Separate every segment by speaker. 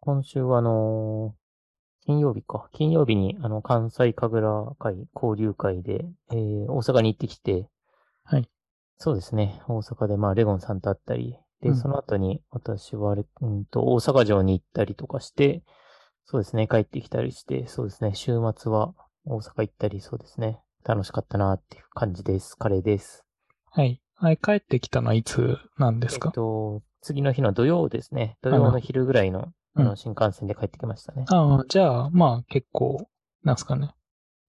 Speaker 1: 今週はあのー金曜日か。金曜日に、あの、関西神楽会交流会で、えー大阪に行ってきて、
Speaker 2: はい。
Speaker 1: そうですね。大阪で、まあ、レゴンさんと会ったり、で、
Speaker 2: うん
Speaker 1: その後に、私はあれ、うんと、大阪城に行ったりとかして、そうですね。帰ってきたりして、そうですね。週末は大阪行ったり、そうですね。楽しかったなっていう感じです。カレーです。
Speaker 2: はい。あれ、帰ってきたのはいつなんです
Speaker 1: え
Speaker 2: か
Speaker 1: っ、と、次の日の土曜ですね。土曜の昼ぐらいの、
Speaker 2: う
Speaker 1: あ
Speaker 2: ん
Speaker 1: の、新幹線で帰ってきましたね。
Speaker 2: ああ、じゃあ、まあ結構、なんすかね。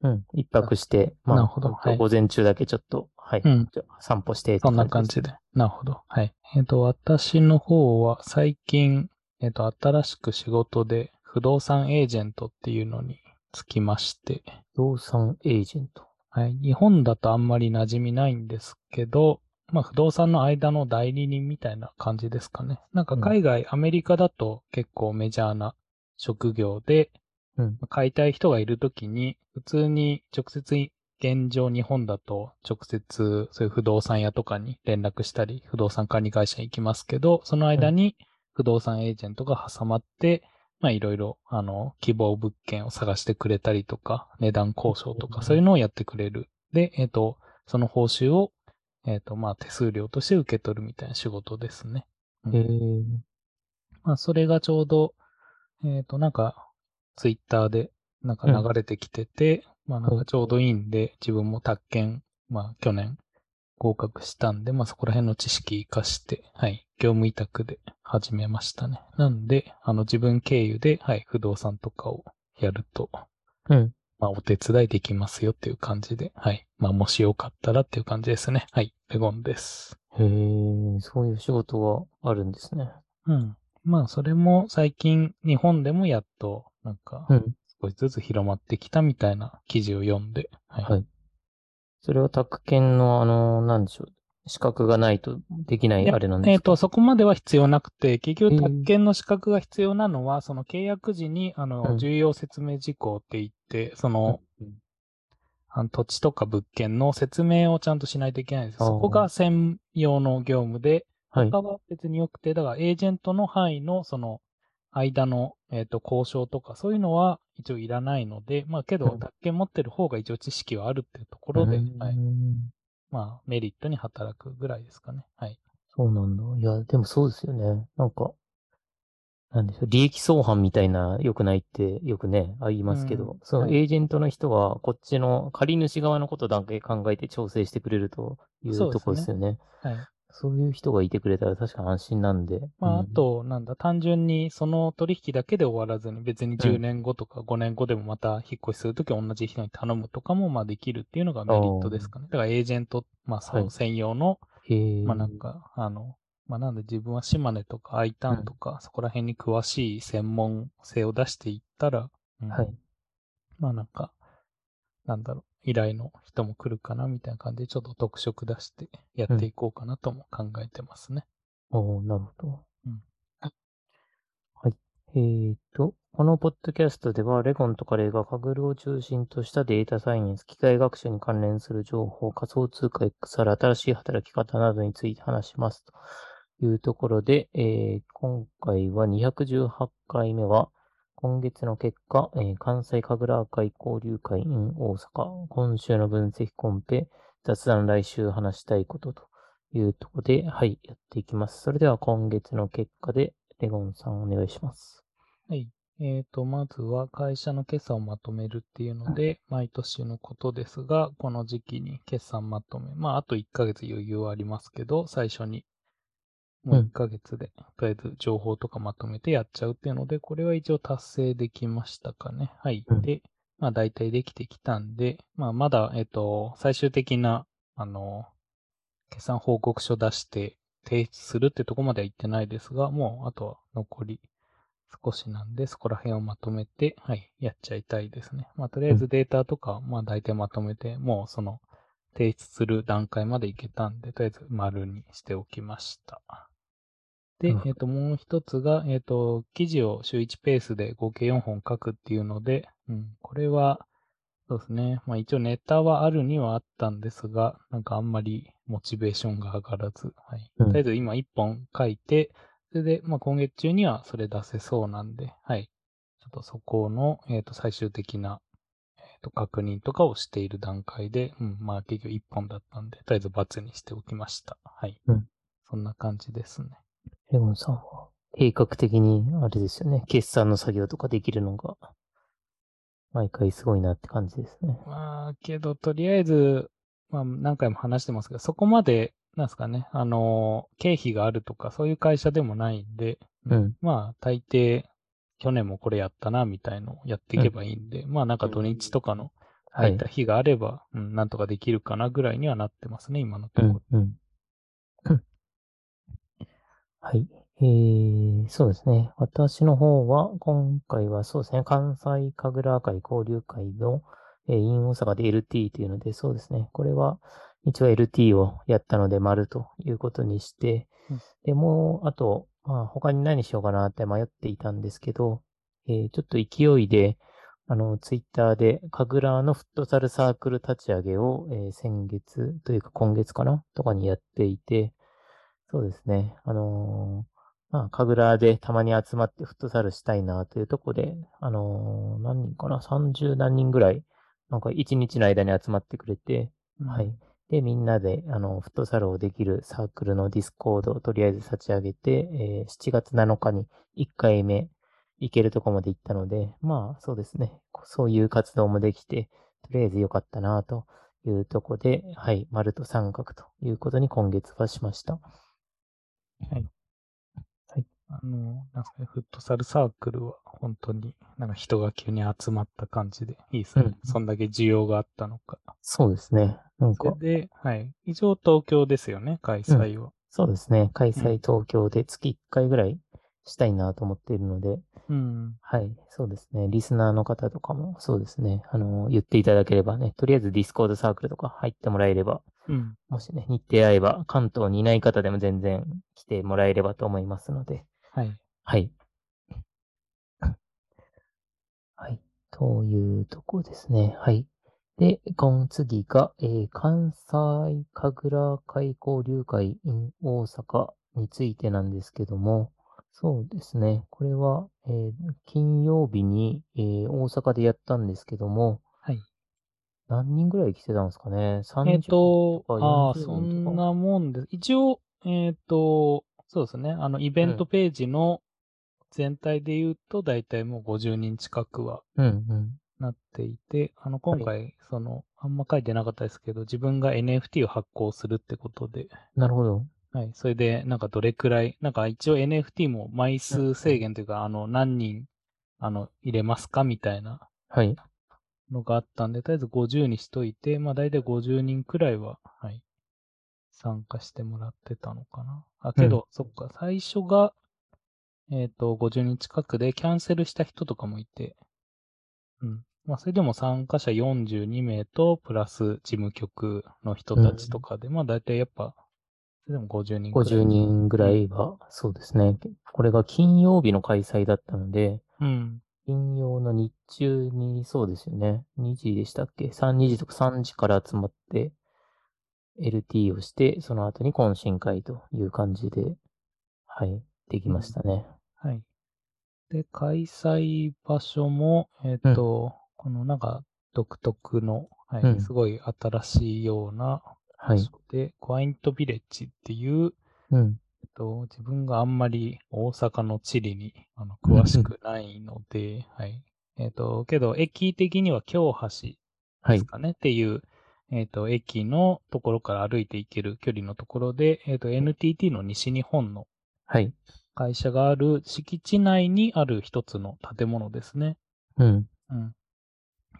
Speaker 1: うん。一泊して、まあ、
Speaker 2: なるほど
Speaker 1: 本当
Speaker 2: はい
Speaker 1: 午前中だけちょっと、はい。
Speaker 2: うん
Speaker 1: ちょ散歩してって
Speaker 2: そんな感じで。なるほど。はい。えっ、と、私の方は最近、えっ、と、新しく仕事で不動産エージェントっていうのにつきまして、
Speaker 1: 不動産エージェント。
Speaker 2: はい。日本だとあんまり馴染みないんですけど、まあ不動産の間の代理人みたいな感じですかね。なんか海外、アメリカだと結構メジャーな職業で、
Speaker 1: うん。
Speaker 2: 買いたい人がいるときに、普通に直接、現状日本だと直接そういう不動産屋とかに連絡したり、不動産管理会社に行きますけど、その間に不動産エージェントが挟まって、まあいろいろ、あの、希望物件を探してくれたりとか、値段交渉と
Speaker 1: うん
Speaker 2: か、そういうのをやってくれる。で、えっ、と、その報酬を、えっ、と、まあ手数料として受け取るみたいな仕事ですね。うん
Speaker 1: えー、
Speaker 2: まあ、それがちょうど、えっ、と、なんか、ツイッターで、なんか
Speaker 1: う
Speaker 2: 流
Speaker 1: ん
Speaker 2: れてきてて、まあ、なん
Speaker 1: うん
Speaker 2: かちょうどいいんで、自分も宅建、まあ、去年合格したんで、まあ、そこら辺の知識活かして、はい、業務委託で始めましたね。なんで、あの、自分経由で、はい、不動産とかをやると、
Speaker 1: うん。
Speaker 2: まあ、お手伝いできますよっていう感じで、はい。まあ、もしよかったらっていう感じですね。はい、レゴンです。
Speaker 1: へー、そういう仕事があるんですね。
Speaker 2: うん。まあ、それも最近、日本でもやっと、なんか、
Speaker 1: うん。
Speaker 2: 少しずつ広まってきたみたいな記事を読んで、はい。
Speaker 1: はいそれは宅建の、あの、なんでしょう。資格がないとできないい
Speaker 2: や
Speaker 1: あれなん
Speaker 2: え
Speaker 1: で
Speaker 2: っ、
Speaker 1: すか
Speaker 2: と、そこまでは必要なくて、結
Speaker 1: えー
Speaker 2: 局、宅建の資格が必要なのは、その契約時に、あの、
Speaker 1: うん
Speaker 2: 重要説明事項って言って、その、
Speaker 1: うん
Speaker 2: あの土地とか物件の説明をちゃんとしないといけないんです。
Speaker 1: あー
Speaker 2: そこが専用の業務で、
Speaker 1: はい。
Speaker 2: 他は別によくて、だからエージェントの範囲のその間の、えー、と交渉とかそういうのは一応いらないので、まあけど、
Speaker 1: うん
Speaker 2: 宅建持ってる方が一応知識はあるっていうところで、
Speaker 1: うん
Speaker 2: はい、まあメリットに働くぐらいですかね。はい。
Speaker 1: そうなんだ。いや、でもそうですよね。なんか、なんでしょう、利益相反みたいな良くないってよくね、あ言いますけど、
Speaker 2: うん
Speaker 1: その
Speaker 2: はい
Speaker 1: エージェントの人はこっちの借り主側のことだけ考えて調整してくれるという
Speaker 2: そう
Speaker 1: と
Speaker 2: ですね
Speaker 1: ころですよね。
Speaker 2: はい、
Speaker 1: そういう人がいてくれたら確かに安心なんで。
Speaker 2: まああ
Speaker 1: うん、
Speaker 2: と、なんだ、単純にその取引だけで終わらずに、別
Speaker 1: う
Speaker 2: に
Speaker 1: ん
Speaker 2: 10年後とか5年後でもまた引っ越しするとき同じ人に頼むとかもまあできるっていうのがメリットですかね。だからエージェント、まあそ
Speaker 1: はい
Speaker 2: の専用の
Speaker 1: へえ。
Speaker 2: まあなんか、あの、まあなんで自分は島根とか I ターンとか、そこら辺に詳しい専門性を出していったら、うん
Speaker 1: はい。
Speaker 2: まあなんか、なんだろう、依頼の人も来るかなみたいな感じで、ちょっと特色出してやっていこうかなとも考えてますね。
Speaker 1: おーなるほど。
Speaker 2: うん
Speaker 1: はい。えーと、このポッドキャストでは、レゴンとカレーがカグルを中心としたデータサイエンス、機械学習に関連する情報、仮想通貨 XR、新しい働き方などについて話しますというところで、えー今回は218回目は、今月の結果、えー関西神楽会交流会 in 大阪、今週の分析コンペ、雑談来週話したいことというところで、はい、やっていきます。それでは今月の結果で、レゴンさんお願いします。
Speaker 2: はい。えっ、と、まずは会社の決算をまとめるっていうので、毎年のことですが、この時期に決算まとめ、まあ、あと1ヶ月余裕はありますけど、最初に、も
Speaker 1: う
Speaker 2: うん1ヶ月で、とりあえず情報とかまとめてやっちゃうっていうので、これは一応達成できましたかね。はい。
Speaker 1: うん
Speaker 2: で、まあ、大体できてきたんで、まあ、まだ、えっ、と、最終的な、あの、決算報告書出して提出するってとこまでは行ってないですが、もうあとは残り少しなんで、そこら辺をまとめて、はい、やっちゃいたいですね。まあ、とりあえ
Speaker 1: う
Speaker 2: ずデータとか、まあ大体まとめて、もうその提出する段階までいけたんで、とりあえず丸にしておきました。で、え
Speaker 1: な
Speaker 2: っ
Speaker 1: るほ、
Speaker 2: と、もう一つが、えっ、と、記事を週1ペースで合計4本書くっていうので、うん、これは、そうですね。まあ一応ネタはあるにはあったんですが、なんかあんまりモチベーションが上がらず、はい。
Speaker 1: うん
Speaker 2: とりあえず今1本書いて、それで、まあ、今月中にはそれ出せそうなんで、はい。ちょっとそこの、えっ、と、最終的な、えっ、と、確認とかをしている段階で、うん、まあ、結局1本だったんで、とりあえず×にしておきました。はい。
Speaker 1: うん
Speaker 2: そんな感じですね。
Speaker 1: レゴンさんは、計画的に、あれですよね、決算の作業とかできるのが、毎回すごいなって感じですね。
Speaker 2: まあ、けど、とりあえず、まあ、何回も話してますけど、そこまで、なんですかね、あの、経費があるとか、そういう会社でもないんで、
Speaker 1: うん。
Speaker 2: まあ、大抵、去年もこれやったな、みたいのをやっていけばいいんで、まあ、なんか土日とかの
Speaker 1: は
Speaker 2: 入っ
Speaker 1: い
Speaker 2: た。日があれば、うん、なんとかできるかな、ぐらいにはなってますね、今のと
Speaker 1: う
Speaker 2: ころ。
Speaker 1: ん、うん。 はい。えー、そうですね。私の方は、今回はそうですね、関西神楽会交流会の、えー、in 大阪で LT というので、そうですね。これは、一応 LT をやったので、丸ということにして、
Speaker 2: うん
Speaker 1: でもう、あと、まあ、他に何しようかなって迷っていたんですけど、えーちょっと勢いで、あの、ツイッターで、神楽のフットサルサークル立ち上げを、えー先月というか今月かなとかにやっていて、そうですね。あのーまあ、神楽でたまに集まってフットサルしたいなというとこで、あのー何人かな ?30 何人ぐらい、なんか1日の間に集まってくれて、
Speaker 2: うん
Speaker 1: はい。で、みんなで、あの、フットサルをできるサークルのディスコードをとりあえず立ち上げて、えー7月7日に1回目行けるとこまで行ったので、まあ、そうですね。そういう活動もできて、とりあえず良かったなというとこで、はい、丸と三角ということに今月はしました。
Speaker 2: あの、なんすかね、フットサルサークルは本当になんか人が急に集まった感じでいいですね。
Speaker 1: うん
Speaker 2: そんだけ需要があったのか。
Speaker 1: そうですね。なん
Speaker 2: そ
Speaker 1: か、
Speaker 2: れで、はい。以上東京ですよね、開催は。
Speaker 1: そうですね。開
Speaker 2: う
Speaker 1: 催
Speaker 2: ん
Speaker 1: 東京で月1回ぐらいしたいなと思っているので、
Speaker 2: うん。
Speaker 1: はい、そうですね。リスナーの方とかも、そうですね。あの、言っていただければね、とりあえずディスコードサークルとか入ってもらえれば、
Speaker 2: うん。
Speaker 1: もしね、日程合えば、関東にいない方でも全然来てもらえればと思いますので、
Speaker 2: はい。
Speaker 1: はい。 はい。というとこですね。はい。で、今次が、えー関西神楽会交流会 in 大阪についてなんですけども、そうですね。これは、えー金曜日に、えー大阪でやったんですけども、
Speaker 2: はい。
Speaker 1: 何人ぐらい来てたんですかね ?30
Speaker 2: えっ、と、
Speaker 1: 40
Speaker 2: ああ、
Speaker 1: 40
Speaker 2: そんなもんです。一応、えっ、と、そうですね。あの、イベントページの全体で言うと、だいたいもう50人近くは
Speaker 1: うんうん。
Speaker 2: なっていて、あの、今回、その、あんま書いてなかったですけど、自分が NFT を発行するってことで、
Speaker 1: なるほど。
Speaker 2: はい。それで、なんかどれくらい、なんか一応 NFT も枚数制限というか、あの、何人、あの、入れますかみたいな
Speaker 1: はい。
Speaker 2: のがあったんで、とりあえず50にしといて、まあ大体50人くらいは、はい、参加してもらってたのかな。あ、けど、そっか、最初が、えっ、と、50人近くでキャンセルした人とかもいて、うん。まあそれでも参加者42名と、プラス事務局の人たちとかで、まあ大体やっぱ、それでも50人くらい。
Speaker 1: 50人ぐらいは、そうですね。これが金曜日の開催だったので、
Speaker 2: うん。
Speaker 1: 金曜の日中に、そうですよね。2時でしたっけ ?3、2時とか3時から集まって、LT をして、その後に懇親会という感じで、はい、できましたね。
Speaker 2: はい。で、開催場所も、えっ、と、このなんか独特の、はい、
Speaker 1: うん
Speaker 2: すごい新しいような
Speaker 1: は
Speaker 2: 場
Speaker 1: い。
Speaker 2: 所で、クワイントビレッジっていう、
Speaker 1: うん。
Speaker 2: えっと、自分があんまり大阪の地理にあの詳しくないので、はい。えっ、と、けど、駅的には京橋
Speaker 1: は
Speaker 2: で
Speaker 1: い
Speaker 2: す。かね、っていう、えっ、と、駅のところから歩いて行ける距離のところで、えっ、と、NTT の西日本の
Speaker 1: はい。
Speaker 2: 会社がある敷地内にある一つの建物ですね。
Speaker 1: うん。
Speaker 2: うん。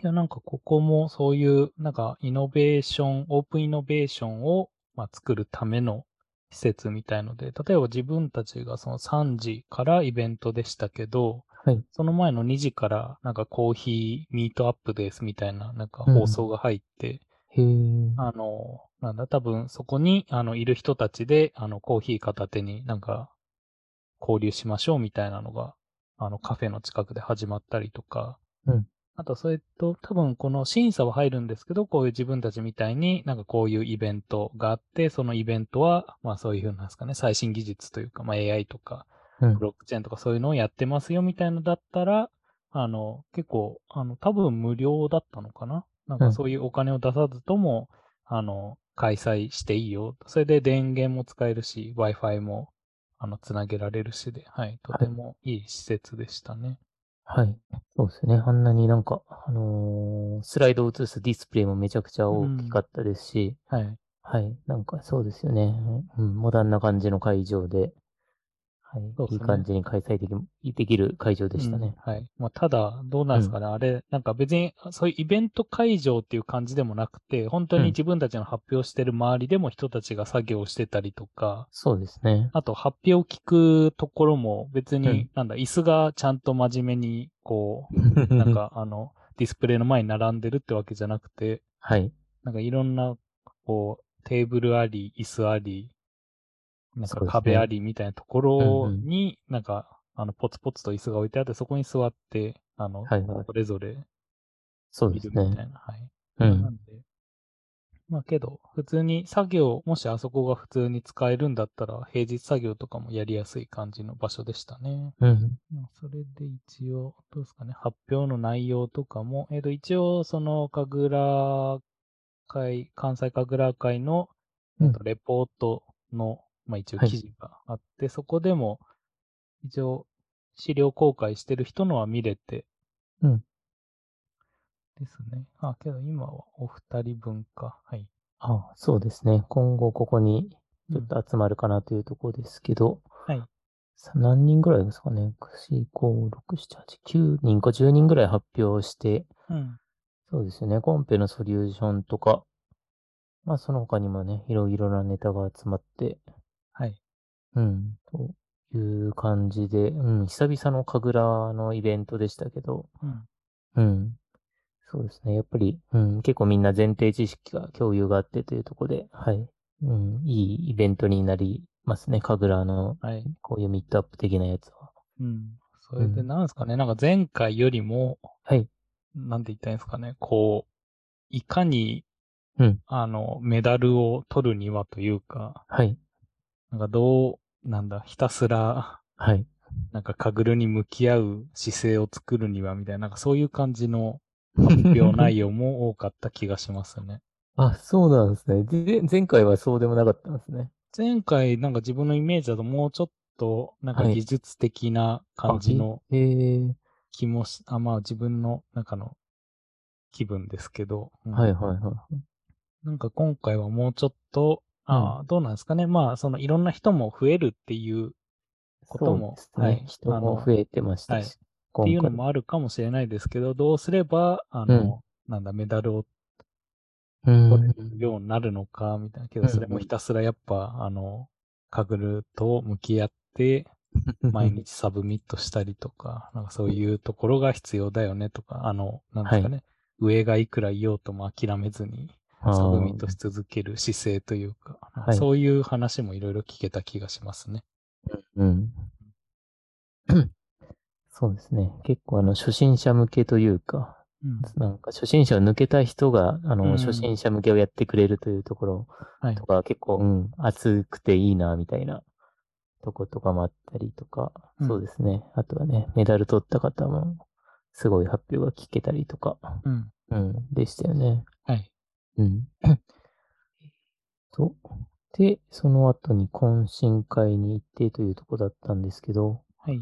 Speaker 2: いや、なんかここもそういう、なんかイノベーション、オープンイノベーションを、まあ、作るための施設みたいので、例えば自分たちがその3時からイベントでしたけど、
Speaker 1: はい
Speaker 2: その前の2時からなんかコーヒーミートアップですみたいななんか放送が入って、
Speaker 1: へー
Speaker 2: あの、なんだ、多分そこに、あの、いる人たちで、あの、コーヒー片手になんか、交流しましょうみたいなのが、あの、カフェの近くで始まったりとか、
Speaker 1: うん
Speaker 2: あと、それと、多分この審査は入るんですけど、こういう自分たちみたいになんかこういうイベントがあって、そのイベントは、まあそういうふうなんですかね、最新技術というか、まあ AI とか、
Speaker 1: うん
Speaker 2: ブ。ロックチェーンとかそういうのをやってますよみたいなのだったら、あの、結構、あの、多分無料だったのかななん
Speaker 1: う
Speaker 2: か
Speaker 1: ん
Speaker 2: そういうお金を出さずとも、あの、開催していいよ。それで電源も使えるし、Wi-Fi も、あの、つなげられるしで、はい、とてもいい施設でしたね。
Speaker 1: はい。そうですね。あんなになんか、あのースライドを映すディスプレイもめちゃくちゃ大きかったですし、
Speaker 2: はい。
Speaker 1: はい。なんかそうですよね。うん、モダンな感じの会場で、はい。
Speaker 2: そうですね
Speaker 1: いい感じに開催できできる会場でしたね。
Speaker 2: うんはい。まあ、ただ、どうなんですかね、あれ、なんか別に、そういうイベント会場っていう感じでもなくて、本当
Speaker 1: うん
Speaker 2: に自分たちの発表してる周りでも人たちが作業してたりとか、
Speaker 1: そうですね。
Speaker 2: あと発表を聞くところも別に、
Speaker 1: うん
Speaker 2: なんだ、椅子がちゃんと真面目に、こう、
Speaker 1: な
Speaker 2: なん、かあの、ディスプレイの前に並んでるってわけじゃなくて、
Speaker 1: はい。
Speaker 2: なんかいろんな、こう、テーブルあり、椅子あり、なん
Speaker 1: そうで
Speaker 2: か
Speaker 1: すね
Speaker 2: 壁ありみたいなところ
Speaker 1: うんうん
Speaker 2: に、なんか、あの、ポツポツと椅子が置いてあって、そこに座って、あの、
Speaker 1: はいはい。
Speaker 2: それぞれ
Speaker 1: そう
Speaker 2: い
Speaker 1: です
Speaker 2: るみたい
Speaker 1: ね。
Speaker 2: な、はい。
Speaker 1: う
Speaker 2: なん
Speaker 1: ん。
Speaker 2: で、まあけど、普通に作業、もしあそこが普通に使えるんだったら、平日作業とかもやりやすい感じの場所でしたね。
Speaker 1: うん。
Speaker 2: まあそれで一応、どうですかね、発表の内容とかも、えっ、と、一応、その、神楽会、関西神楽会の、
Speaker 1: う
Speaker 2: え
Speaker 1: ん
Speaker 2: っとレポートの、まあ一応
Speaker 1: はい
Speaker 2: 記事があって、そこでも、一応、資料公開してる人のは見れて、
Speaker 1: うん
Speaker 2: ですね。あ、けど今はお二人分か。はい。
Speaker 1: あそうですね。今後ここにちょっと集まるかなというところですけど、
Speaker 2: はい
Speaker 1: さ何人ぐらいですかね。4、5、6、7、8、9人か10人ぐらい発表して、
Speaker 2: うん。
Speaker 1: そうですね。コンペのソリューションとか、まあその他にもね、いろいろなネタが集まって、
Speaker 2: はい。
Speaker 1: うん、という感じで、うん、久々の神楽のイベントでしたけど、
Speaker 2: う
Speaker 1: う
Speaker 2: ん。
Speaker 1: ん。そうですね。やっぱり、うん、結構みんな前提知識が共有があってというところで、はい。うん、いいイベントになりますね。神楽の、
Speaker 2: はい。
Speaker 1: こういうミットアップ的なやつは。
Speaker 2: うん。それで
Speaker 1: うん
Speaker 2: なんですかね、なんか前回よりも、
Speaker 1: はい。
Speaker 2: なんて言ったらいいんですかね、こう、いかに、
Speaker 1: うん
Speaker 2: あの、メダルを取るにはというか、
Speaker 1: はい。
Speaker 2: なんかどう、なんだ、ひたすら、
Speaker 1: はい。
Speaker 2: なんかカグルに向き合う姿勢を作るにはみたいな、なんかそういう感じの発表 内容も多かった気がしますね。
Speaker 1: あ、そうなんですね。で、前回はそうでもなかったんですね。
Speaker 2: 前回なんか自分のイメージだともうちょっと、なんか
Speaker 1: はい
Speaker 2: 技術的な感じの
Speaker 1: へえ。
Speaker 2: 気もし、あまあ自分の中の気分ですけど、うん
Speaker 1: はいはいはい。
Speaker 2: なんか今回はもうちょっと、ああどうなんですかね。まあ、そのいろんな人も増えるっていう、こと
Speaker 1: そ
Speaker 2: も
Speaker 1: うですね
Speaker 2: はい
Speaker 1: 人も増えてましたし、
Speaker 2: っ
Speaker 1: 今
Speaker 2: て
Speaker 1: 回
Speaker 2: いうのもあるかもしれないですけど、どうすれば、あの、なんだ、メダルを
Speaker 1: うん
Speaker 2: 取れるようになるのか、みたいな。け
Speaker 1: う
Speaker 2: ど、
Speaker 1: ん
Speaker 2: それもひたすらやっぱ、あの、カグルと向き合って、毎日サブミットしたりとか、なんかそういうところが必要だよねとか、あの、なんですかね。上がいくらいようとも諦めずに、
Speaker 1: あー
Speaker 2: サブミットし続ける姿勢というか、なんか
Speaker 1: はい
Speaker 2: そういう話もいろいろ聞けた気がしますね。
Speaker 1: うん。 そうですね。結構あの、初心者向けというか、
Speaker 2: うん
Speaker 1: なんか初心者を抜けた人が、あの、
Speaker 2: うん
Speaker 1: 初心者向けをやってくれるというところ
Speaker 2: はい
Speaker 1: とか、結構、うん、熱くていいな、みたいなとことかもあったりとか、
Speaker 2: うん
Speaker 1: そうですね。あとはね、メダル取った方も、すごい発表が聞けたりとか、
Speaker 2: うん。
Speaker 1: うん、でしたよね。
Speaker 2: はい。
Speaker 1: うん。と、で、その後に懇親会に行ってというとこだったんですけど、
Speaker 2: はい。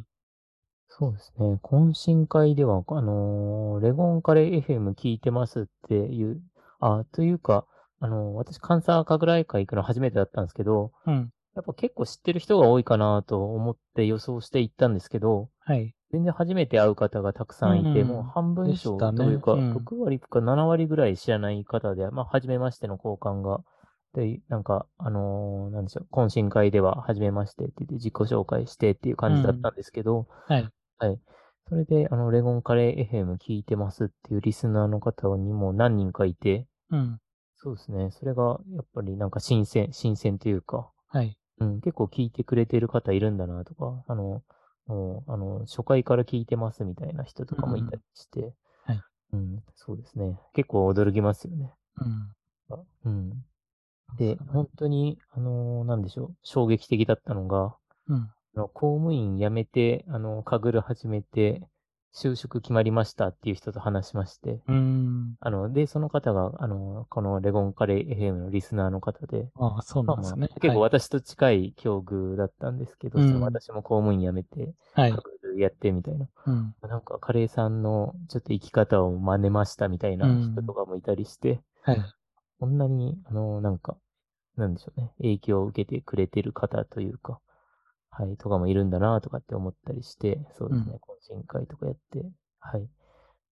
Speaker 1: そうですね。懇親会では、あのーレゴンカレー FM 聞いてますっていう、あ、というか、あのー私、関西神楽会行くの初めてだったんですけど、
Speaker 2: うん。
Speaker 1: やっぱ結構知ってる人が多いかなと思って予想して行ったんですけど、
Speaker 2: はい。
Speaker 1: 全然初めて会う方がたくさんいて、
Speaker 2: うん
Speaker 1: もう半分以上
Speaker 2: でし
Speaker 1: と
Speaker 2: たね
Speaker 1: いうか、
Speaker 2: うん
Speaker 1: 6割か7割ぐらい知らない方で、まあ、初めましての交換が、で、なんか、あのーなんでしょう、懇親会では、初めましてって言って、自己紹介してっていう感じだったんですけど、
Speaker 2: はい。
Speaker 1: はい。それで、あの、レゴンカレー FM 聞いてますっていうリスナーの方にも何人かいて、
Speaker 2: うん。
Speaker 1: そうですね、それが、やっぱりなんか新鮮、新鮮というか、
Speaker 2: はい。
Speaker 1: うん、結構聞いてくれてる方いるんだなとか、あの、もう、あの、初回から聞いてますみたいな人とかもいたりして、
Speaker 2: はい
Speaker 1: うん、そうですね。結構驚きますよね。
Speaker 2: うん。
Speaker 1: うん。で、本当に、あのーなんでしょう、衝撃的だったのが、
Speaker 2: うん。
Speaker 1: あの公務員辞めて、あの、カグル始めて、就職決まりましたっていう人と話しまして、
Speaker 2: うん。
Speaker 1: あの、で、その方が、あの、このレゴンカレー FM のリスナーの方で、
Speaker 2: ああ、そう
Speaker 1: ま
Speaker 2: な
Speaker 1: あ
Speaker 2: んです
Speaker 1: ま
Speaker 2: ね
Speaker 1: あ。結構
Speaker 2: はい
Speaker 1: 私と近い境遇だったんですけど、
Speaker 2: うん
Speaker 1: その私も公務員辞めて、
Speaker 2: はい
Speaker 1: カ。グルやってみたいな。
Speaker 2: うん。
Speaker 1: なんか、カレーさんのちょっと生き方を真似ましたみたいな人とかもいたりして、
Speaker 2: はい。
Speaker 1: こんなに、あの、なんか、なんでしょうね、影響を受けてくれてる方というか、はい、とかもいるんだなとかって思ったりして、そうですね、
Speaker 2: うん
Speaker 1: 懇親会とかやって、はい、っ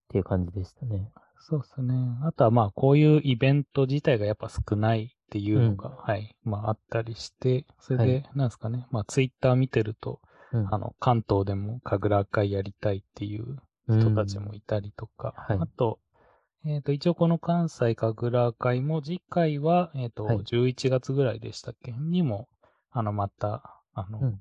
Speaker 1: ていう感じでしたね。
Speaker 2: そうですね。あとはまあ、こういうイベント自体がやっぱ少ないっていうのが、
Speaker 1: うん
Speaker 2: はい。まあ、あったりして、それ
Speaker 1: は
Speaker 2: で、なんですかね。まあ、ツイッター見てると、
Speaker 1: うん
Speaker 2: あの、関東でも神楽会やりたいっていう人たちもいたりとか、
Speaker 1: うんは
Speaker 2: あ
Speaker 1: い
Speaker 2: と、えっ、と、一応この関西神楽会も次回は、えっ、と、
Speaker 1: はい
Speaker 2: 11月ぐらいでしたっけにも、あの、また、あの、
Speaker 1: うん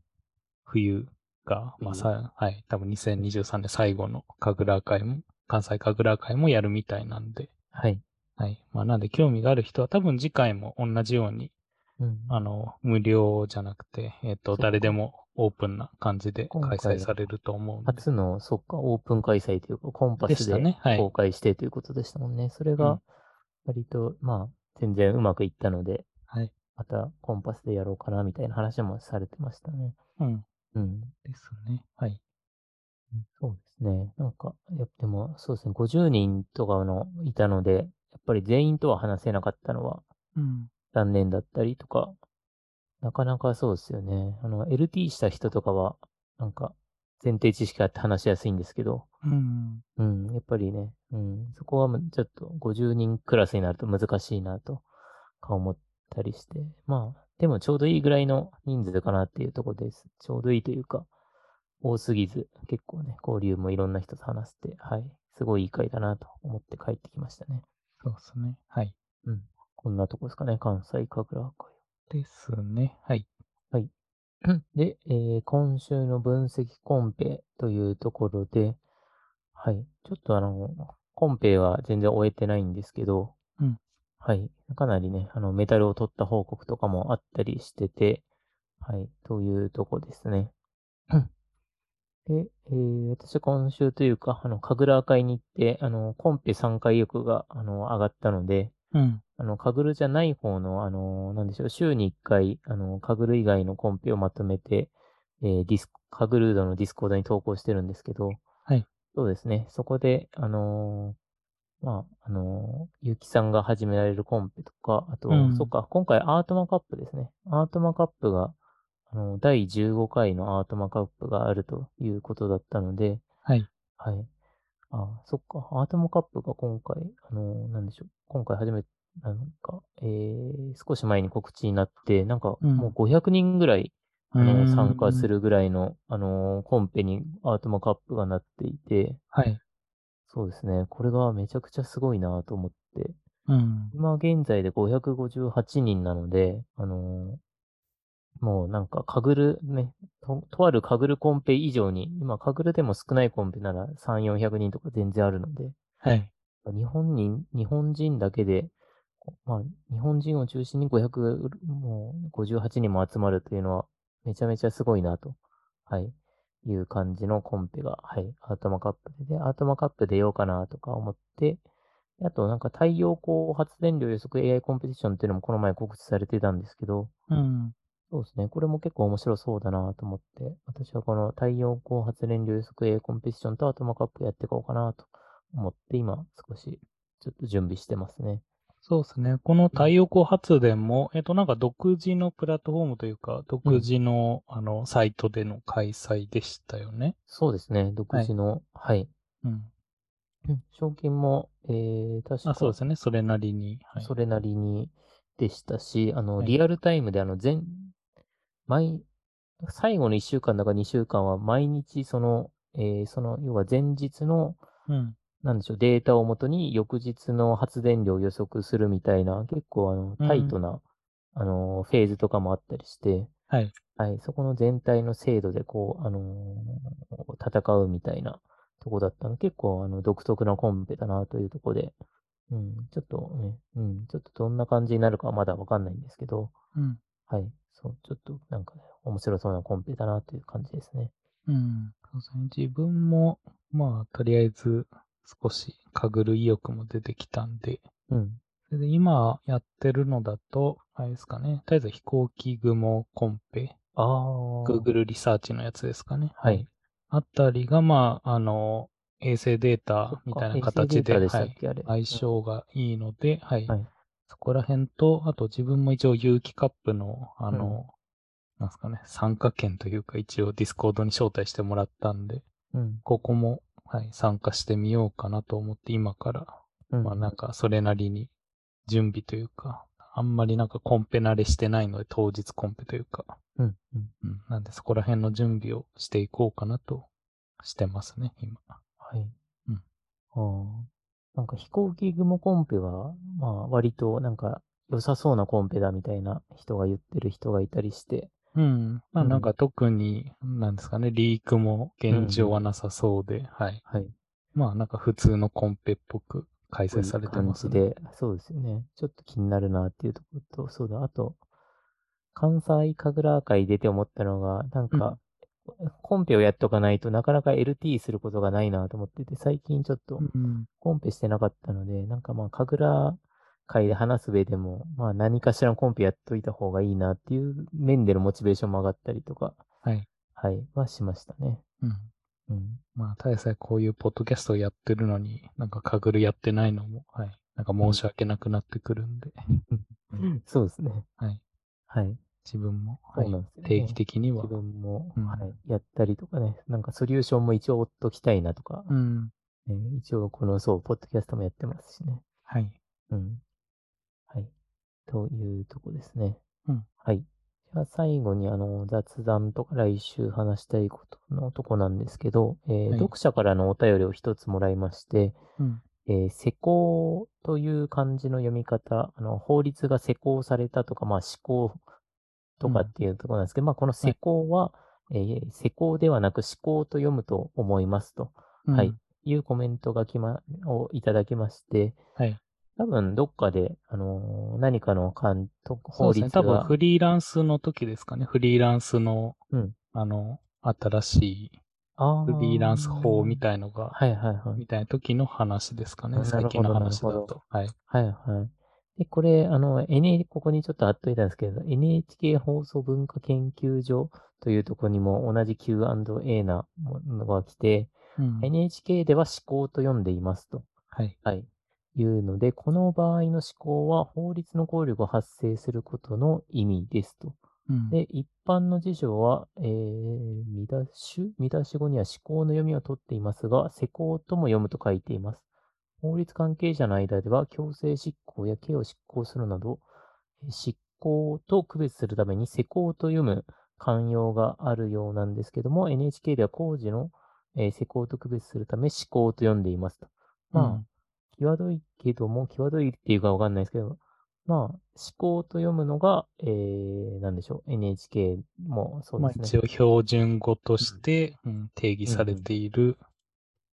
Speaker 2: 冬が、まあさ、はい、多分2023年最後の神楽会も、関西神楽会もやるみたいなんで、
Speaker 1: はい。
Speaker 2: はい。まあ、なんで興味がある人は多分次回も同じように、
Speaker 1: うん
Speaker 2: あの、無料じゃなくて、えっ、
Speaker 1: そ
Speaker 2: と、
Speaker 1: っか
Speaker 2: 誰でもオープンな感じで
Speaker 1: 今
Speaker 2: 開
Speaker 1: 回
Speaker 2: 催されると思うんで。
Speaker 1: 初の、そっか、オープン開催というか、コンパ
Speaker 2: で
Speaker 1: ス
Speaker 2: した
Speaker 1: で
Speaker 2: ね。はい。
Speaker 1: 公開してということでしたもんね。それ
Speaker 2: うん
Speaker 1: が、割と、まあ、全然うまくいったので、
Speaker 2: はい。
Speaker 1: またコンパスでやろうかな、みたいな話もされてましたね。
Speaker 2: うん。
Speaker 1: うん。
Speaker 2: ですね。はい。
Speaker 1: そうですね。なんか、やっても、そうですね、50人とかのいたので、やっぱり全員とは話せなかったのは
Speaker 2: うん。
Speaker 1: 残念だったりとか、なかなかそうですよね。あの、LT した人とかは、なんか、前提知識があって話しやすいんですけど、
Speaker 2: うん。
Speaker 1: うん、やっぱりね、うん、そこはむちょっと50人クラスになると難しいなとか思ったりして、まあ、でもちょうどいいぐらいの人数かなっていうところです。ちょうどいいというか、多すぎず、結構ね、交流もいろんな人と話せて、はい、すごいいい回だなと思って帰ってきましたね。
Speaker 2: そうですね。はい。
Speaker 1: こんなとこですかね、関西神楽会。
Speaker 2: ですね。はい。
Speaker 1: で、えー今週の分析コンペというところで、はい。ちょっとあの、コンペは全然終えてないんですけど、
Speaker 2: うん
Speaker 1: はい。かなりね、あの、メダルを取った報告とかもあったりしてて、はい。というとこですね。 で、えー私今週というか、あの、神楽会に行って、あの、コンペ参加意欲が、あの、上がったので、
Speaker 2: うん。
Speaker 1: あの、カグルじゃない方の、あの、なんでしょう、週に1回、あの、カグル以外のコンペをまとめて、えーディスコ、カグルードのディスコードに投稿してるんですけど、
Speaker 2: はい。
Speaker 1: そうですね。そこで、あのーまあ、あのーゆきさんが始められるコンペとか、あと、
Speaker 2: うん
Speaker 1: そっか、今回アートマカップですね。アートマカップが、あの、第15回のアートマカップがあるということだったので、
Speaker 2: はい。
Speaker 1: はい。あ、そっか。アートモカップが今回、あの、なんでしょう。今回初めて、なんか、えー、少し前に告知になって、なんか、
Speaker 2: うん
Speaker 1: もう500人ぐらい、あ
Speaker 2: うー
Speaker 1: の、
Speaker 2: ん
Speaker 1: 参加す。るぐらいの、あの、コンペにアートモカップがなっていて、
Speaker 2: はい。
Speaker 1: そうですね。これがめちゃくちゃすごいなと思って、
Speaker 2: うん。
Speaker 1: 今現在で558人なので、あのーもうなんか、かぐるね、と、とあるかぐるコンペ以上に、今、かぐるでも少ないコンペなら3、400人とか全然あるので、
Speaker 2: はい。
Speaker 1: 日本人、日本人だけで、こまあ、日本人を中心に500、もう58人も集まるというのは、めちゃめちゃすごいなと、はい、いう感じのコンペが、はい、アートマカップで、でアートマカップ出ようかなとか思って、であと、なんか太陽光発電量予測 AI コンペティションっていうのもこの前告知されてたんですけど、
Speaker 2: うん。
Speaker 1: そうですね。これも結構面白そうだなと思って、私はこの太陽光発電量予測 AI コンペティションとアトマカップやっていこうかなと思って、今少しちょっと準備してますね。
Speaker 2: そうですね。この太陽光発電も、えっと、なんか独自のプラットフォームというか、独自の、あの、サイトでの開催でしたよね。
Speaker 1: そうですね。独自の、はい。
Speaker 2: うん。
Speaker 1: うん賞金も、えー、確
Speaker 2: あ、
Speaker 1: か
Speaker 2: そうですね。それなりに。はい。
Speaker 1: それなりにでしたし、あの、
Speaker 2: はい
Speaker 1: リアルタイムで、あの、全、毎、最後の1週間だか2週間は毎日、その、えーその、要は前日の、
Speaker 2: うん。
Speaker 1: なんでしょう、データをもとに翌日の発電量を予測するみたいな、結構あの
Speaker 2: うん
Speaker 1: タイトな、あのフェーズとかもあったりして、
Speaker 2: はい。
Speaker 1: はい、そこの全体の精度でこう、あのー戦うみたいなとこだったの、結構あの独特なコンペだなというとこで、うん、ちょっとね、うん、ちょっとどんな感じになるかはまだわかんないんですけど、
Speaker 2: うん。
Speaker 1: はい、そう、ちょっとなんかね、面白そうなコンペだなという感じですね。
Speaker 2: うん。そうですね。自分も、まあ、とりあえず、少し、かぐる意欲も出てきたんで、
Speaker 1: うん。
Speaker 2: それで今やってるのだと、あれですかね。とりあえず飛行機雲コンペ、
Speaker 1: ああ。
Speaker 2: Google リサーチのやつですかね。
Speaker 1: はい。
Speaker 2: あたりが、まあ、あの、衛星データみたいな形で、
Speaker 1: そっか衛星データでし
Speaker 2: は
Speaker 1: たっ
Speaker 2: い、
Speaker 1: け、あれ。
Speaker 2: 相性がいいので、はい。
Speaker 1: はい
Speaker 2: そこら辺と、あと自分も一応有機カップの、あの、なんですかね、参加権というか、一応ディスコードに招待してもらったんで、
Speaker 1: うん。
Speaker 2: ここも、はい、参加してみようかなと思って、今から、
Speaker 1: うん。
Speaker 2: まあなんかそれなりに準備というか、あんまりなんかコンペ慣れしてないので、当日コンペというか、
Speaker 1: うん。うん。
Speaker 2: うん、なんでそこら辺の準備をしていこうかなとしてますね、今。
Speaker 1: はい。
Speaker 2: うん
Speaker 1: ああ。なんか飛行機雲コンペは、まあ割となんか良さそうなコンペだみたいな人が言ってる人がいたりして。
Speaker 2: うん。まあ
Speaker 1: うん
Speaker 2: なんか特に、なんですかね、リークも現状はなさそうで、はい。
Speaker 1: はい。
Speaker 2: まあなんか普通のコンペっぽく開
Speaker 1: そう
Speaker 2: 催
Speaker 1: いう
Speaker 2: されてますね。
Speaker 1: 感じで、そうですよね。ちょっと気になるなっていうところと、そうだ、あと、関西神楽会出て思ったのが、なんか、コンペをやっとかないとなかなか LT することがないなと思ってて、最近ちょっと
Speaker 2: うん。
Speaker 1: コンペしてなかったので、なんかまあ、神楽会で話す上でも、まあ何かしらのコンペやっといた方がいいなっていう面でのモチベーションも上がったりとか、
Speaker 2: はい。
Speaker 1: はい、はしましたね。
Speaker 2: うん。
Speaker 1: うん。
Speaker 2: まあ大際こういうポッドキャストをやってるのに、なんかかぐるやってないのも、はい。なんか申し訳なくなってくるんで、
Speaker 1: そうですね。
Speaker 2: はい。
Speaker 1: はい。
Speaker 2: 自分も、
Speaker 1: そ
Speaker 2: は
Speaker 1: う
Speaker 2: い。
Speaker 1: なんですよね。
Speaker 2: 定期的には
Speaker 1: 自。分も、
Speaker 2: うん
Speaker 1: はい、やったりとかね、なんかソリューションも一応追っときたいなとか、
Speaker 2: うん。
Speaker 1: えー一応この、そう、ポッドキャストもやってますしね。
Speaker 2: はい。
Speaker 1: うん。はい。というとこですね。
Speaker 2: うん
Speaker 1: はい。じゃあ最後にあの雑談とか来週話したいことのとこなんですけど、えー
Speaker 2: はい
Speaker 1: 読者からのお便りを一つもらいまして、
Speaker 2: うん。
Speaker 1: えー施工という漢字の読み方、あの法律が施行されたとか、まあ、施行とか
Speaker 2: うん
Speaker 1: っていうところなんですけど、まあ、この施行は、えー施行ではなく施行と読むと思いますと
Speaker 2: うん
Speaker 1: はい。いうコメントがきま、をいただきまして、
Speaker 2: はい。
Speaker 1: 多分どっかで、あのー何かの関と
Speaker 2: そ
Speaker 1: 法
Speaker 2: うです
Speaker 1: 律
Speaker 2: ね。多分
Speaker 1: が、
Speaker 2: フリーランスの時ですかね。フリーランスの、
Speaker 1: うん
Speaker 2: あの、新しい
Speaker 1: あ
Speaker 2: フリーランス法み
Speaker 1: い
Speaker 2: たいのが、
Speaker 1: はいはいはい。
Speaker 2: みたいな時の話ですか
Speaker 1: な
Speaker 2: ね。
Speaker 1: るほど
Speaker 2: 最近の話だ
Speaker 1: なるほ
Speaker 2: と。はい。
Speaker 1: はいはい。で、これ、あの、N、ここにちょっと貼っといたんですけど、NHK 放送文化研究所というところにも同じ Q&A なものが来て、
Speaker 2: うん、
Speaker 1: NHK では思考と読んでいますと。
Speaker 2: はい。
Speaker 1: はい。いうので、この場合の思考は法律の効力を発生することの意味ですと。
Speaker 2: うん
Speaker 1: で、一般の辞書は、えー、見出し、見出し語には思考の読みを取っていますが、施行とも読むと書いています。法律関係者の間では、強制執行や刑を執行するなど、えー執行と区別するために施行と読む慣用があるようなんですけども、NHK では工事の、えー施行と区別するため、施行と読んでいますと。まあ、際どいけども、際どいっていうかわかんないですけど、まあ、思考と読むのが、えー、なんでしょう、NHK もそう
Speaker 2: まあ
Speaker 1: です
Speaker 2: 一
Speaker 1: ね、
Speaker 2: 応標準語として、うん定義されている。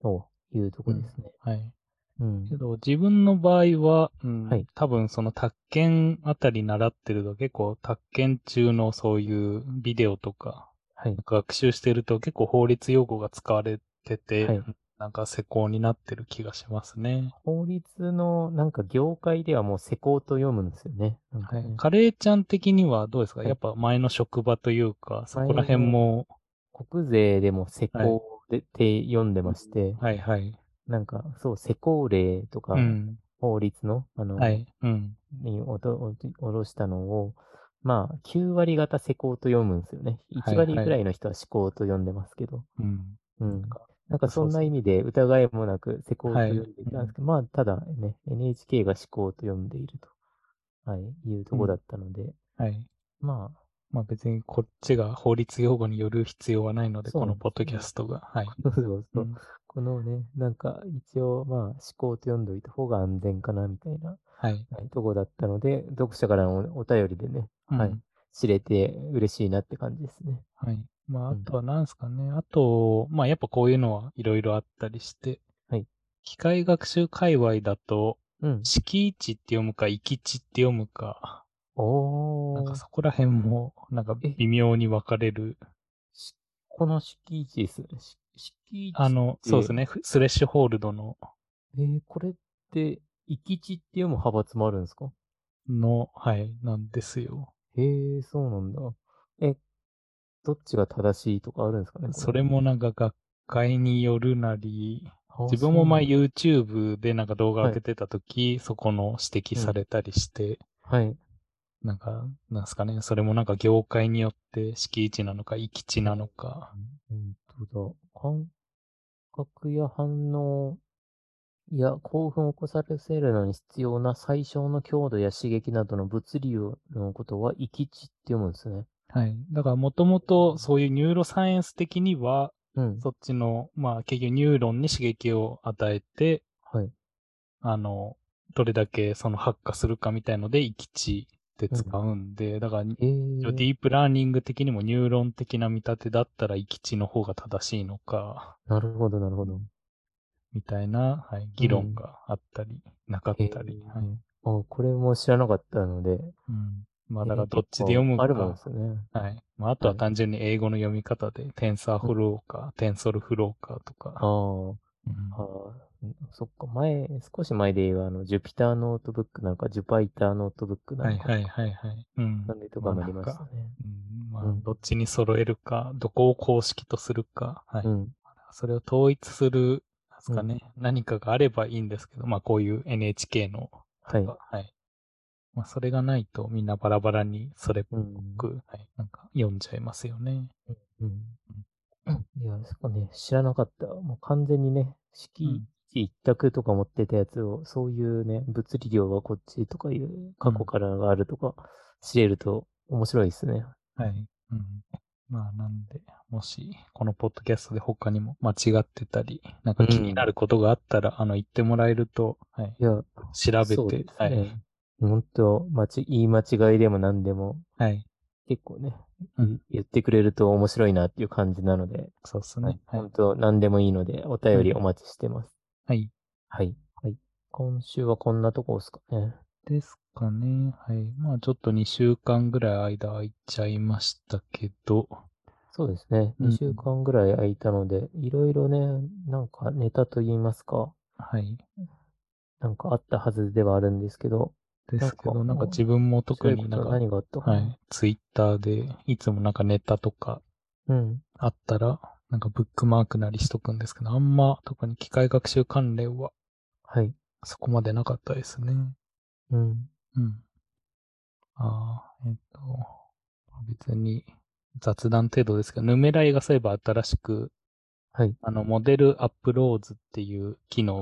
Speaker 1: というとこですね。
Speaker 2: はい。
Speaker 1: うん。
Speaker 2: けど、自分の場合は、うん
Speaker 1: はい
Speaker 2: 多分その宅建あたり習ってると結構宅建中のそういうビデオとか、
Speaker 1: はい
Speaker 2: なん。か学習してると結構法律用語が使われてて、
Speaker 1: はい
Speaker 2: なんか施工になってる気がしますね。
Speaker 1: 法律の、なんか業界ではもう施工と読むんですよね。なんか
Speaker 2: はい
Speaker 1: ね、
Speaker 2: カレーちゃん的にはどうですか、
Speaker 1: はい
Speaker 2: やっぱ前の職場というか、そこら辺も、
Speaker 1: 国税でも施工で、って読んでまして、
Speaker 2: はいはい。
Speaker 1: なんか、そう、施工令とか
Speaker 2: う、ん。
Speaker 1: 法律の、あの、
Speaker 2: はい。うん。
Speaker 1: におとおとおろしたのを、まあ、9割方施工と読むんですよね。
Speaker 2: はい
Speaker 1: 1割ぐらいの人は思考と読んでますけど。
Speaker 2: うん。
Speaker 1: うん。なんかそんな意味で疑いもなく施工と
Speaker 2: はい
Speaker 1: 読んでいたんですけど、まあ、ただね、NHK が思考と読んでいると、はい、いうとこだったので、
Speaker 2: はい。
Speaker 1: ま
Speaker 2: まあ別にこっちが法律用語による必要はないので、
Speaker 1: そう
Speaker 2: こ
Speaker 1: なんです
Speaker 2: の
Speaker 1: ね
Speaker 2: ポッドキャストが。はい。
Speaker 1: あ、そうそうそう
Speaker 2: うん
Speaker 1: このね、なんか一応、まあ、思考と読んでおいた方が安全かな、みたいな、
Speaker 2: はい。
Speaker 1: はい、とこだったので、読者からのおお便りでね、はい
Speaker 2: うん
Speaker 1: 知れて嬉しいなって感じですね。
Speaker 2: はい。ま
Speaker 1: う
Speaker 2: あ、あ
Speaker 1: ん
Speaker 2: とは何ですかね。あと、まあ、やっぱこういうのはいろいろあったりして、
Speaker 1: はい
Speaker 2: 機械学習界隈だと、
Speaker 1: うん。
Speaker 2: 敷地って読むか、行き地って読むか、
Speaker 1: お
Speaker 2: なんか
Speaker 1: ー、
Speaker 2: そこら辺も、なんか
Speaker 1: え
Speaker 2: 微妙に分かれる。
Speaker 1: この敷地ですね。し敷地。
Speaker 2: あの、そうですね、フスレッシュホールドの、
Speaker 1: えーこれって、行き地っていうも派閥もあるんですか
Speaker 2: の、はい、なんですよ。
Speaker 1: へえ、そうなんだ。え、どっちが正しいとかあるんですかねこ
Speaker 2: それもなんか学会によるなり、
Speaker 1: あ
Speaker 2: 自分も前
Speaker 1: そう
Speaker 2: YouTube でなんか動画
Speaker 1: は
Speaker 2: 上
Speaker 1: い
Speaker 2: げてた時、そこの指摘されたりして、
Speaker 1: はい。
Speaker 2: なんか、なんですかね、それもなんか業界によって敷地なのか、行き地なのか、
Speaker 1: うんとだ。感覚や反応や興奮を起こさせるのに必要な最小の強度や刺激などの物理のことは域値って読むんですね。
Speaker 2: はい。だからもともとそういうニューロサイエンス的には、
Speaker 1: うん。
Speaker 2: そっちの、まあ結局ニューロンに刺激を与えて、
Speaker 1: はい。
Speaker 2: あの、どれだけその発火するかみたいので、行き地って使うんで、だから、
Speaker 1: えー、
Speaker 2: ディープラーニング的にもニューロン的な見立てだったら行き地の方が正しいのか、
Speaker 1: なるほど、なるほど。
Speaker 2: みたいな、はい、議論があったり、なかったり、
Speaker 1: えー
Speaker 2: はい。
Speaker 1: あ、これも知らなかったので。
Speaker 2: うん。まあ
Speaker 1: え
Speaker 2: だから
Speaker 1: ー
Speaker 2: どっちで読むか。
Speaker 1: あるもんですよね。
Speaker 2: はい。まあ、あとは
Speaker 1: はい
Speaker 2: 単純に英語の読み方で、テンサーフローか、テンソルフローかと
Speaker 1: ああ
Speaker 2: か。
Speaker 1: ー。
Speaker 2: うん
Speaker 1: ああ、んそっか、前、少し前で言えば、あの、ジュピターノートブックなんか、ジュパイターノートブックな
Speaker 2: は
Speaker 1: ん
Speaker 2: い
Speaker 1: か、
Speaker 2: はいはいはい。うん。
Speaker 1: なんでとかもありました
Speaker 2: まあなんか
Speaker 1: ね。
Speaker 2: うんまあ
Speaker 1: うん
Speaker 2: どっちに揃えるか、どこを公式とするか、はい。
Speaker 1: うん。
Speaker 2: それを統一する、なんですかね、何かがあればいいんですけど、まあこういう NHK の
Speaker 1: はい。
Speaker 2: はい。まあそれがないとみんなバラバラにそれっ
Speaker 1: うん。
Speaker 2: ぽく、はい、なんか読んじゃいますよね。
Speaker 1: うん。いや、そこね、知らなかった。もう完全にね、式一択とか持ってたやつを、そういうね、物理量はこっちとかいう、過去からがあるとか、知れると面白いですね。
Speaker 2: はい。うん。まあ、なんで、もし、このポッドキャストで他にも間違ってたり、なんか気になることがあったら、あの、言ってもらえると、はい。
Speaker 1: いや、
Speaker 2: 調べ
Speaker 1: そうで
Speaker 2: て、
Speaker 1: す
Speaker 2: は
Speaker 1: ね
Speaker 2: い。
Speaker 1: 本当、間ち、言い間違いでも何でも、
Speaker 2: はい。
Speaker 1: 結構ね、
Speaker 2: うん。
Speaker 1: 言ってくれると面白いなっていう感じなので、
Speaker 2: そうです
Speaker 1: はい
Speaker 2: ね。はい。
Speaker 1: 本当、何でもいいので、お便り
Speaker 2: うん
Speaker 1: お待ちしてます。
Speaker 2: はい。
Speaker 1: はい。はい。今週はこんなとこですかね。
Speaker 2: ですかね。はい。まあ、ちょっと2週間ぐらい間空いちゃいましたけど、
Speaker 1: そうですね。
Speaker 2: うん
Speaker 1: 2週間ぐらい空いたので、いろいろね、なんかネタと言いますか、
Speaker 2: はい。
Speaker 1: なんかあったはずではあるんですけど、
Speaker 2: ですけど、
Speaker 1: な
Speaker 2: なんん
Speaker 1: か
Speaker 2: か自分も特になん
Speaker 1: そういうこと何
Speaker 2: か、
Speaker 1: があったか
Speaker 2: は
Speaker 1: な。
Speaker 2: い。ツイッターで、いつもなんかネタとか、
Speaker 1: うん。
Speaker 2: あったら、なんかブックマークなりしとくんですけど、あんま特に機械学習関連は
Speaker 1: はい。
Speaker 2: そこまでなかったですね。
Speaker 1: うん。
Speaker 2: うん。ああ、えっと、別に雑談程度ですけど、ヌメライがそういえば新しく、
Speaker 1: はい。
Speaker 2: あの、モデルアップローズっていう機
Speaker 1: あ
Speaker 2: 能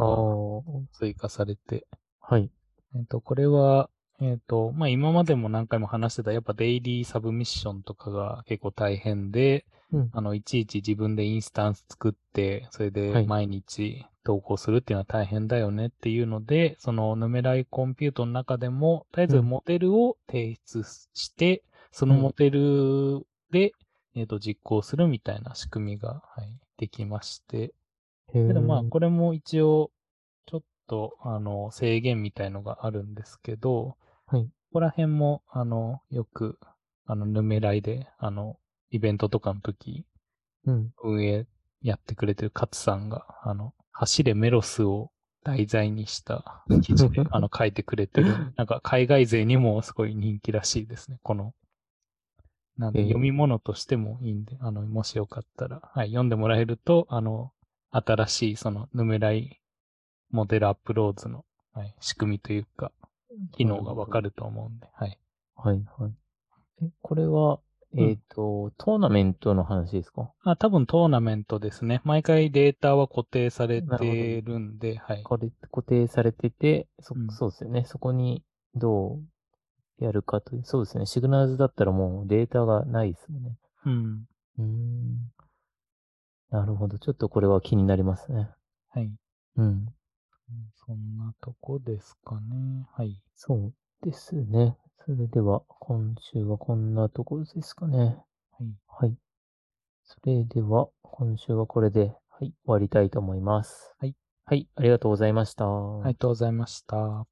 Speaker 2: が
Speaker 1: あ、
Speaker 2: 追加されて、
Speaker 1: はい。
Speaker 2: えっと、これは、えっと、まあ、今までも何回も話してた、やっぱデイリーサブミッションとかが結構大変で、
Speaker 1: うん。
Speaker 2: あの、いちいち自分でインスタンス作って、それ
Speaker 1: は
Speaker 2: で
Speaker 1: い
Speaker 2: 毎日投稿するっていうのは大変だよねっていうので、そのヌメライコンピュートの中でも、とりあえず
Speaker 1: うん
Speaker 2: モデルを提出して、その
Speaker 1: うん
Speaker 2: モデルで、えっ、と、実行するみたいな仕組みが、はい、できまして。
Speaker 1: へえ
Speaker 2: ただまあ、これも一応、ちょっと、あの、制限みたいのがあるんですけど、
Speaker 1: はい
Speaker 2: ここら辺も、あの、よく、あの、ヌメライで、あの、イベントとかの時、
Speaker 1: うん。
Speaker 2: 運営やってくれてる勝さんが、あの、走れメロスを題材にした記事で、あの、書いてくれてる。なんか、海外勢にもすごい人気らしいですね、この。なんで、
Speaker 1: えー
Speaker 2: 読み物としてもいいんで、あの、もしよかったら、はい、読んでもらえると、あの、新しい、その、ヌメライモデルアップローズの、はい、仕組みというか、機能がわかると思うんで、はい。
Speaker 1: はい、はい。え、これは、えっと、トーナメントの話ですか
Speaker 2: あ、多分トーナメントですね。毎回データは固定され
Speaker 1: なるほ
Speaker 2: てるんで、はい。
Speaker 1: これ固定されてて、そ
Speaker 2: うん
Speaker 1: そうですよね。そこにどうやるかという。そうですね。シグナルズだったらもうデータがないですもんね。
Speaker 2: うん。
Speaker 1: うーん。なるほど。ちょっとこれは気になりますね。
Speaker 2: はい。
Speaker 1: うん。
Speaker 2: そんなとこですかね。はい。
Speaker 1: そうですね。それでは、今週はこんなところですかね。
Speaker 2: はい。
Speaker 1: はい。それでは、今週はこれで、はい、終わりたいと思います。
Speaker 2: はい。
Speaker 1: はい、ありがとうございました。
Speaker 2: ありがとうございました。